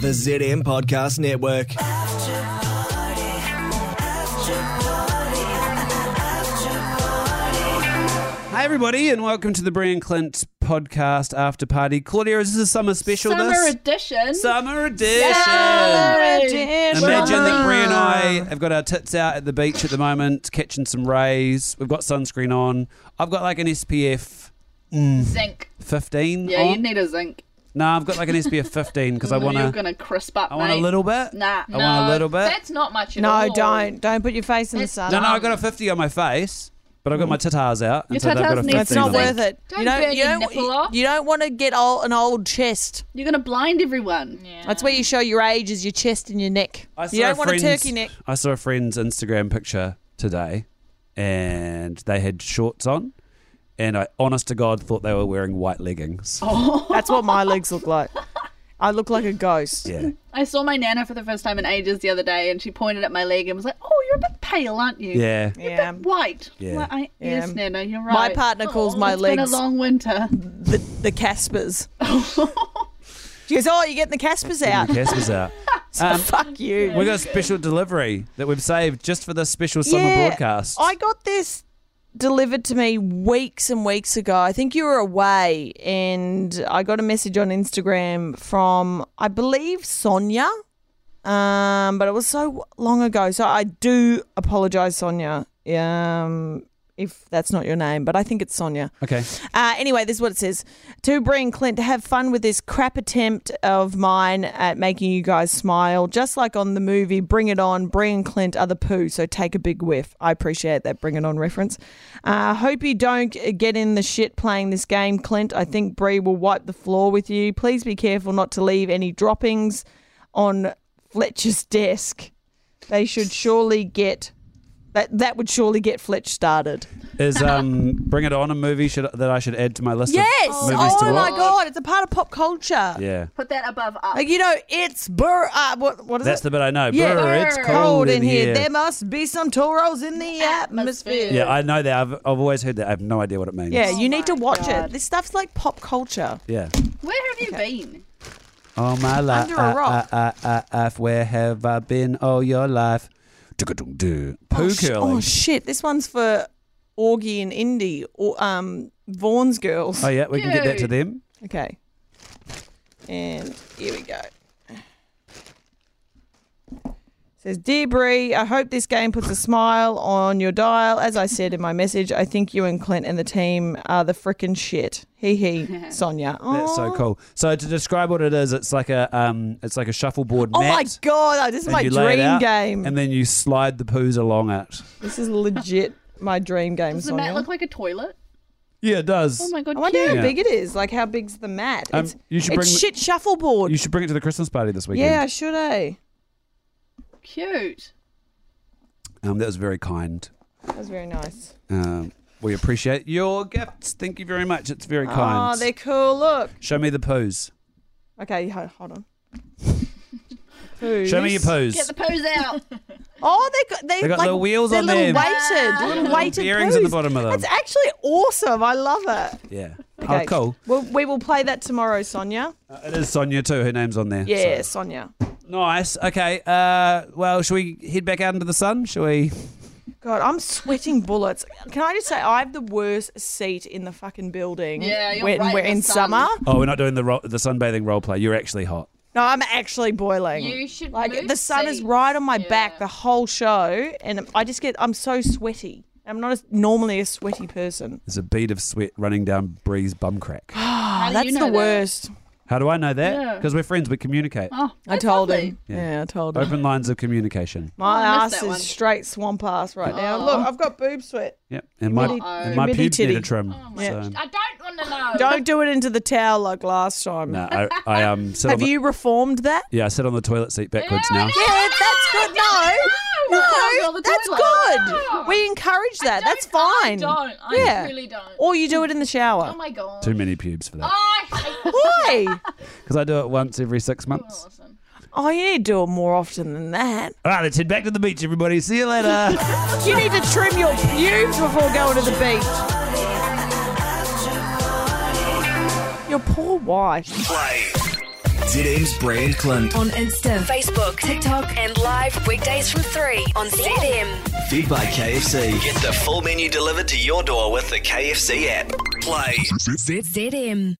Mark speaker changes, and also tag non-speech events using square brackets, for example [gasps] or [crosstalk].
Speaker 1: The ZM Podcast Network.
Speaker 2: Hi, everybody, and welcome to the Brian Clint podcast after party. Claudia, is this a summer special?
Speaker 3: Summer
Speaker 2: this?
Speaker 3: edition.
Speaker 2: summer edition. Imagine
Speaker 3: Imagine
Speaker 2: that Brie and I have got our tits out at the beach at the moment, catching some rays. We've got sunscreen on. I've got like an SPF
Speaker 3: zinc.
Speaker 2: 15
Speaker 3: Yeah, you
Speaker 2: on.
Speaker 3: need a zinc.
Speaker 2: no, I've got like an SPF 15 because Oh. I want
Speaker 3: You're
Speaker 2: to.
Speaker 3: gonna crisp up.
Speaker 2: I want a
Speaker 3: mate.
Speaker 2: little bit. I
Speaker 3: Nah, no,
Speaker 2: want a little bit.
Speaker 3: That's not much at all.
Speaker 4: No, don't. Don't put your face in the
Speaker 3: It's
Speaker 4: sun.
Speaker 2: No, no, I got a 50 on my face, but I've got my titars out. And
Speaker 3: Mm. Your
Speaker 2: so they've got a
Speaker 3: titars
Speaker 2: 15
Speaker 3: need
Speaker 4: It's not
Speaker 2: on.
Speaker 4: worth it.
Speaker 3: Don't
Speaker 4: you don't,
Speaker 3: burn
Speaker 4: you
Speaker 3: your
Speaker 4: don't,
Speaker 3: nipple
Speaker 4: you-
Speaker 3: off.
Speaker 4: You don't want to get old, an old chest.
Speaker 3: You're gonna blind everyone. Yeah.
Speaker 4: That's where you show your age is your chest and your neck.
Speaker 2: I saw
Speaker 4: You don't want a
Speaker 2: friend's-
Speaker 4: turkey neck.
Speaker 2: I saw a friend's Instagram picture today, and they had shorts on, and I, honest to God, thought they were wearing white leggings.
Speaker 4: Oh. That's what my legs look like. I look like a ghost.
Speaker 2: Yeah,
Speaker 3: I saw my nana for the first time in ages the other day, and she pointed at my leg and was like, "Oh, you're a bit pale, aren't you?
Speaker 2: yeah.
Speaker 4: [laughs] Yeah.
Speaker 3: Bit white."
Speaker 2: Yeah.
Speaker 3: I'm Like, I,
Speaker 4: Yeah.
Speaker 3: Yes, nana, you're right. Oh,
Speaker 4: My partner calls my
Speaker 3: It's
Speaker 4: legs
Speaker 3: been a long winter.
Speaker 4: the,
Speaker 3: [laughs]
Speaker 4: the Caspers. she goes, Oh, you're getting the Caspers out.
Speaker 2: The Casper's out. Um,
Speaker 4: [laughs] Fuck you.
Speaker 2: we got a special delivery that we've saved just for this special summer broadcast.
Speaker 4: I got this delivered to me weeks and weeks ago. I think you were away, and I got a message on Instagram from, I believe, Sonia. Um, but it was so long ago, so I do apologise, Sonia. Um, if that's not your name, but I think it's Sonia.
Speaker 2: okay.
Speaker 4: Uh, anyway, this is what it says. To Bree and Clint, to have fun with this crap attempt of mine at making you guys smile. Just like on the movie Bring It On, Bree and Clint are the poo, so take a big whiff. I appreciate that Bring It On reference. Uh, hope you don't get in the shit playing this game, Clint. I think Bree will wipe the floor with you. Please be careful not to leave any droppings on Fletcher's desk. They should surely get. That, that would surely get Fletch started.
Speaker 2: Is um, Bring It On a movie should, that I should add to my list
Speaker 4: Yes!
Speaker 2: of movies
Speaker 4: Oh,
Speaker 2: to
Speaker 4: my
Speaker 2: watch?
Speaker 4: god, it's a part of pop culture.
Speaker 2: Yeah.
Speaker 3: Put that above up.
Speaker 4: Like you know, it's burr. Uh, what what is
Speaker 2: That's
Speaker 4: it?
Speaker 2: the bit I know.
Speaker 4: Yeah.
Speaker 2: Brr, it's
Speaker 3: Brr.
Speaker 2: cold,
Speaker 4: Cold in here. There must be some toros in the
Speaker 3: Atmosphere. Oh
Speaker 4: atmosphere.
Speaker 2: yeah, I know that. I've, I've always heard that. I have no idea what it means.
Speaker 4: Yeah, you need to
Speaker 3: my
Speaker 4: watch
Speaker 3: God.
Speaker 4: it. This stuff's like pop culture.
Speaker 2: Yeah.
Speaker 3: Where have you been?
Speaker 2: All my life.
Speaker 4: Under a rock.
Speaker 2: Uh, uh, uh, uh, where have I been all your life? Do-ga-doo-doo. Poo
Speaker 4: Sh-
Speaker 2: curling.
Speaker 4: Oh shit, this one's for Augie and Indy or um Vaughn's girls.
Speaker 2: Oh, yeah, we can get that to
Speaker 3: Cute.
Speaker 2: them.
Speaker 4: Okay. And here we go. Says, Dear Bree, I hope this game puts a smile on your dial. As I said in my message, I think you and Clint and the team are the frickin' shit.
Speaker 3: [laughs]
Speaker 4: Hee hee, Sonia.
Speaker 2: That's so
Speaker 4: Aw.
Speaker 2: cool. So to describe what it is, it's like a um, it's like a shuffleboard
Speaker 4: Oh
Speaker 2: mat.
Speaker 4: my god, this is
Speaker 2: and
Speaker 4: my
Speaker 2: you lay it
Speaker 4: dream
Speaker 2: out,
Speaker 4: game.
Speaker 2: And then you slide the poos along it.
Speaker 4: this is legit my dream game,
Speaker 3: Does the
Speaker 4: Sonia.
Speaker 3: mat look like a toilet?
Speaker 2: Yeah, it does.
Speaker 3: Oh my god,
Speaker 4: I wonder
Speaker 3: cute.
Speaker 4: how
Speaker 2: Yeah.
Speaker 4: big it is. Like, how big's the mat?
Speaker 2: Um,
Speaker 4: it's
Speaker 2: you should
Speaker 4: it's
Speaker 2: bring the-
Speaker 4: shit shuffleboard.
Speaker 2: You should bring it to the Christmas party this weekend.
Speaker 4: yeah, should eh? I?
Speaker 3: Cute.
Speaker 2: Um, that was very kind.
Speaker 4: That was very nice.
Speaker 2: Um, we appreciate your gifts. Thank you very much. It's very kind.
Speaker 4: Oh, they're cool. Look.
Speaker 2: Show me the poos.
Speaker 4: Okay, ho- hold on.
Speaker 2: [laughs] Show me your poos.
Speaker 3: Get the pose
Speaker 4: [laughs]
Speaker 3: out.
Speaker 4: Oh, they got they,
Speaker 2: They got
Speaker 4: like,
Speaker 2: little wheels
Speaker 4: they're
Speaker 2: on them.
Speaker 4: little weighted, little weighted
Speaker 2: bearings
Speaker 4: poos.
Speaker 2: at the bottom of them.
Speaker 4: That's actually awesome. I love it.
Speaker 2: yeah.
Speaker 4: Okay.
Speaker 2: Oh, cool.
Speaker 4: Well, we will play that tomorrow, Sonia.
Speaker 2: Uh, it is Sonia too. Her name's on there.
Speaker 4: Yeah,
Speaker 2: so-
Speaker 4: Sonia.
Speaker 2: Nice. Okay. Uh, well, should we head back out into the sun? Shall we?
Speaker 4: God, I'm sweating bullets. Can I just say I have the worst seat in the fucking building
Speaker 3: Yeah, you're
Speaker 4: when
Speaker 3: right
Speaker 4: we're
Speaker 3: in the
Speaker 4: in
Speaker 3: sun.
Speaker 4: summer.
Speaker 2: Oh, we're not doing the ro- the sunbathing role play. You're actually hot.
Speaker 4: No, I'm actually boiling.
Speaker 3: You should
Speaker 4: like
Speaker 3: move
Speaker 4: the sun is
Speaker 3: seats.
Speaker 4: right on my back
Speaker 3: Yeah.
Speaker 4: the whole show, and I just get I'm so sweaty. I'm not a, normally a sweaty person.
Speaker 2: There's a bead of sweat running down Bree's bum crack.
Speaker 4: [gasps]
Speaker 3: How
Speaker 4: Oh,
Speaker 3: do
Speaker 4: that's
Speaker 3: you know that?
Speaker 4: the worst.
Speaker 2: How do I know that?
Speaker 3: Yeah.
Speaker 2: Because we're friends. We communicate.
Speaker 3: Oh,
Speaker 4: I
Speaker 3: that's
Speaker 4: told
Speaker 3: lovely.
Speaker 4: him.
Speaker 2: Yeah.
Speaker 4: Yeah. I told him.
Speaker 2: Open lines of communication.
Speaker 4: My
Speaker 3: Oh, I missed
Speaker 4: ass
Speaker 3: that
Speaker 4: is
Speaker 3: one.
Speaker 4: straight swamp ass right now.
Speaker 3: Oh.
Speaker 4: Look, I've got boob sweat.
Speaker 2: Yep. And my
Speaker 3: Humidity-
Speaker 2: and my
Speaker 4: humidity
Speaker 2: pubes need a
Speaker 4: titty. Oh
Speaker 2: trim.
Speaker 4: my
Speaker 2: so,
Speaker 5: I don't want to know.
Speaker 4: Don't do it into the towel like last time.
Speaker 2: no, I, I um
Speaker 4: [laughs]
Speaker 2: sit on
Speaker 4: Have
Speaker 2: the,
Speaker 4: you reformed that?
Speaker 2: yeah I sit on the toilet seat backwards now.
Speaker 4: Yeah, that's good. No,
Speaker 3: No,
Speaker 4: no,
Speaker 3: no, no,
Speaker 4: that's
Speaker 3: the toilet.
Speaker 4: good. We encourage that. That's
Speaker 5: I
Speaker 4: fine.
Speaker 5: don't. I
Speaker 4: Yeah.
Speaker 5: really don't.
Speaker 4: Or you do it in the shower.
Speaker 5: Oh my god.
Speaker 2: Too many pubes for that.
Speaker 4: Oh.
Speaker 5: I hate
Speaker 4: Why?
Speaker 2: Because I do it once every six months.
Speaker 5: Lawson.
Speaker 4: oh, you need to do it more often than that.
Speaker 2: All right, let's head back to the beach, everybody. See you
Speaker 4: [laughs]
Speaker 2: later.
Speaker 4: You need to trim your pubes before going to the beach. Your poor wife.
Speaker 6: Play.
Speaker 1: ZM's brand Clint.
Speaker 5: On Insta, Facebook, TikTok, and live weekdays from 3 on ZM.
Speaker 1: Fed by KFC. Get the full menu delivered to your door with the KFC app. Play.
Speaker 5: ZM.